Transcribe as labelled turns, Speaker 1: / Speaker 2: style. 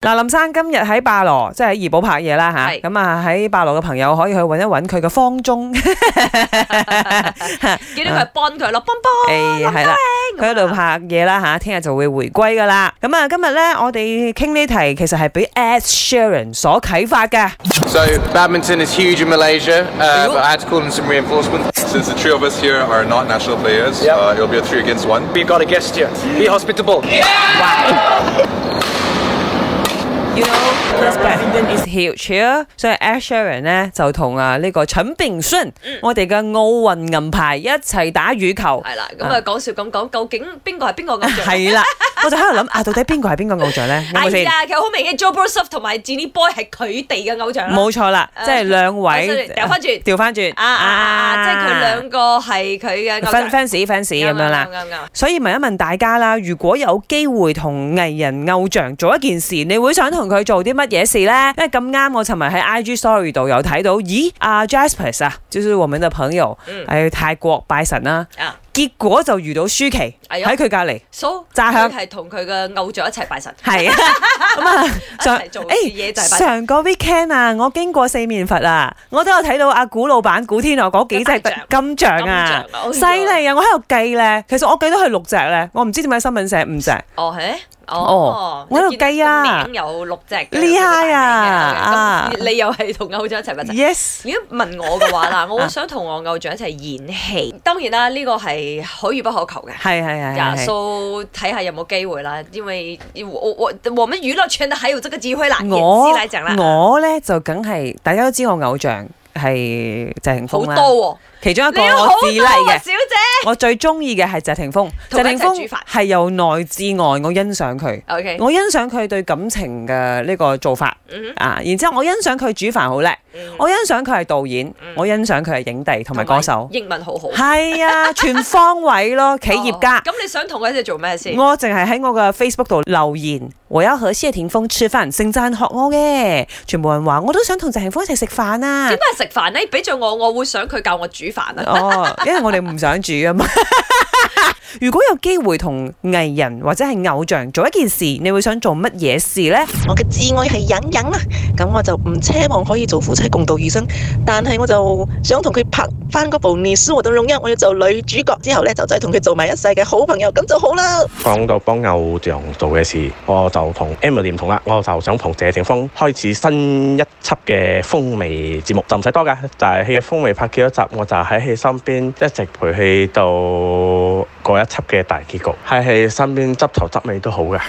Speaker 1: 嗱，林生今日喺霸羅，即係喺怡保拍嘢啦吓，
Speaker 2: 係
Speaker 1: 咁啊喺霸羅嘅朋友可以去揾一揾佢嘅方 中，
Speaker 2: 見到佢幫佢咯，幫幫。
Speaker 1: 誒啊哎係
Speaker 2: 哦
Speaker 1: 啦，佢喺度拍嘢啦吓，聽日就會回歸噶啦。咁啊，今日咧我哋傾呢題其實係俾 Ed Sheeran 所啟發嘅。
Speaker 3: So badminton is huge in Malaysia, uh,
Speaker 2: Cool.
Speaker 3: but I had to call in some reinforcements.
Speaker 4: Since the three of us here are not national players,
Speaker 5: Yep.
Speaker 4: uh, it'll be a three against one.
Speaker 5: We've got a guest here. Be hospitable.
Speaker 1: You know, this badminton is huge here，所以 Ed Sheeran 咧就同啊呢個陳炳順，我哋嘅奧運銀牌一齊打羽球。
Speaker 2: 嗯係啦，咁啊講笑咁講，究竟邊個係邊個偶像？
Speaker 1: 係啦，我就喺度諗啊，到底啊邊個係邊個偶像咧？有冇
Speaker 2: 係
Speaker 1: 先？
Speaker 2: 啦，其實好明顯 j o b r o s e f 同埋 Jenny Boy 係佢哋嘅偶像啦。
Speaker 1: 冇錯啦，
Speaker 2: 啊
Speaker 1: 即係兩位
Speaker 2: 啊，sorry，掉返轉
Speaker 1: 調翻轉
Speaker 2: 啊啊啊！即係佢兩個係佢嘅偶像啊
Speaker 1: fans。fans fans 咁樣啦
Speaker 2: 啱。啱啱啱
Speaker 1: 所以問一問大家啦，如果有機會同藝人偶像做一件事，你會想同佢做啲乜嘢事呢？因為咁啱，我尋日喺 IG Story 度有睇到，咦，阿、Jasper 啊，就是我們的朋友，
Speaker 2: 嗯
Speaker 1: 喺泰國拜神啦、
Speaker 2: 啊
Speaker 1: 結果就遇到舒淇
Speaker 2: 哎
Speaker 1: 喺
Speaker 2: 呦
Speaker 1: 佢隔離，
Speaker 2: ，So
Speaker 1: 炸響
Speaker 2: 佢係同佢嘅偶像一齊拜神，
Speaker 1: 係啊，咁啊。
Speaker 2: 一齊做嘅嘢就係拜神。
Speaker 1: 上個 weekend 啊，我經過四面佛啊，我都有睇到阿古老闆古天樂嗰幾隻
Speaker 2: 大象
Speaker 1: 金像啊
Speaker 2: 金像啊，
Speaker 1: 犀利啊！我喺度計咧，其實我計到佢六隻咧，我唔知點解新聞寫五隻，
Speaker 2: 哦，係，哦
Speaker 1: 哦，我喺度計啊
Speaker 2: 你見個名有六隻嘅，
Speaker 1: 厲害啊
Speaker 2: 咁你又係同偶像一齊拜神。
Speaker 1: Yes，
Speaker 2: 如果問我嘅話啦，我會想同我偶像一齊演戲。當然啦，呢個係可遇不可求嘅。
Speaker 1: 係係係
Speaker 2: 呀
Speaker 1: 係
Speaker 2: ，so
Speaker 1: 係。
Speaker 2: 睇下有冇機會啦，因為我我我們娛樂圈的還有這個機會啦，演
Speaker 1: 我
Speaker 2: 戲來講啦，
Speaker 1: 我咧就梗係大家都知我偶像係謝霆
Speaker 2: 好
Speaker 1: 鋒
Speaker 2: 多
Speaker 1: 啦，
Speaker 2: 喎、
Speaker 1: 其中一
Speaker 2: 你
Speaker 1: 個
Speaker 2: 有
Speaker 1: 啊
Speaker 2: 好
Speaker 1: 我
Speaker 2: 多
Speaker 1: 自例
Speaker 2: 喎、
Speaker 1: 嘅
Speaker 2: 小。姐。
Speaker 1: 我最中意嘅係謝霆鋒，謝
Speaker 2: 同佢一
Speaker 1: 霆
Speaker 2: 齊煮
Speaker 1: 鋒
Speaker 2: 飯
Speaker 1: 係由內至外，我欣賞佢。
Speaker 2: OK，
Speaker 1: 我欣賞佢對感情嘅呢個做法
Speaker 2: 嗯
Speaker 1: 啊，然之後我欣賞佢煮飯好叻，
Speaker 2: 嗯
Speaker 1: 我欣賞佢係導演，我欣賞佢係影帝同埋歌手，
Speaker 2: 英文好好，
Speaker 1: 係啊，全方位咯， 企業
Speaker 2: 哦
Speaker 1: 家。
Speaker 2: 咁、你想同佢一齊做咩先？
Speaker 1: 我淨係喺我嘅 Facebook 度留言，我有和謝霆鋒吃飯，盛讚學我嘅，全部人話我都想同謝霆鋒一齊食飯啊
Speaker 2: 點！解食飯呢？俾咗我，我會想佢教我煮飯啊。
Speaker 1: 哦，因為我哋唔想煮啊嘛。 如果有機會同藝人或者係偶像做一件事，你會想做乜嘢事呢？
Speaker 6: 我嘅至愛係隱隱啦，咁我就唔奢望可以做夫妻共度餘生，但係我就想同佢拍翻嗰部《你是我的榮耀》，我要做女主角之後呢，就真係同佢做埋一世嘅好朋友，咁就好啦。
Speaker 7: 講到幫偶像做嘅事，我就同 Emily 唔同啦，我就想同謝霆鋒開始新一輯嘅風味節目，就唔使多㗎，就係戲嘅風味拍幾多集，我就喺佢身邊一直陪佢到嗰一輯嘅大結局，喺佢身邊執頭執尾都好㗎。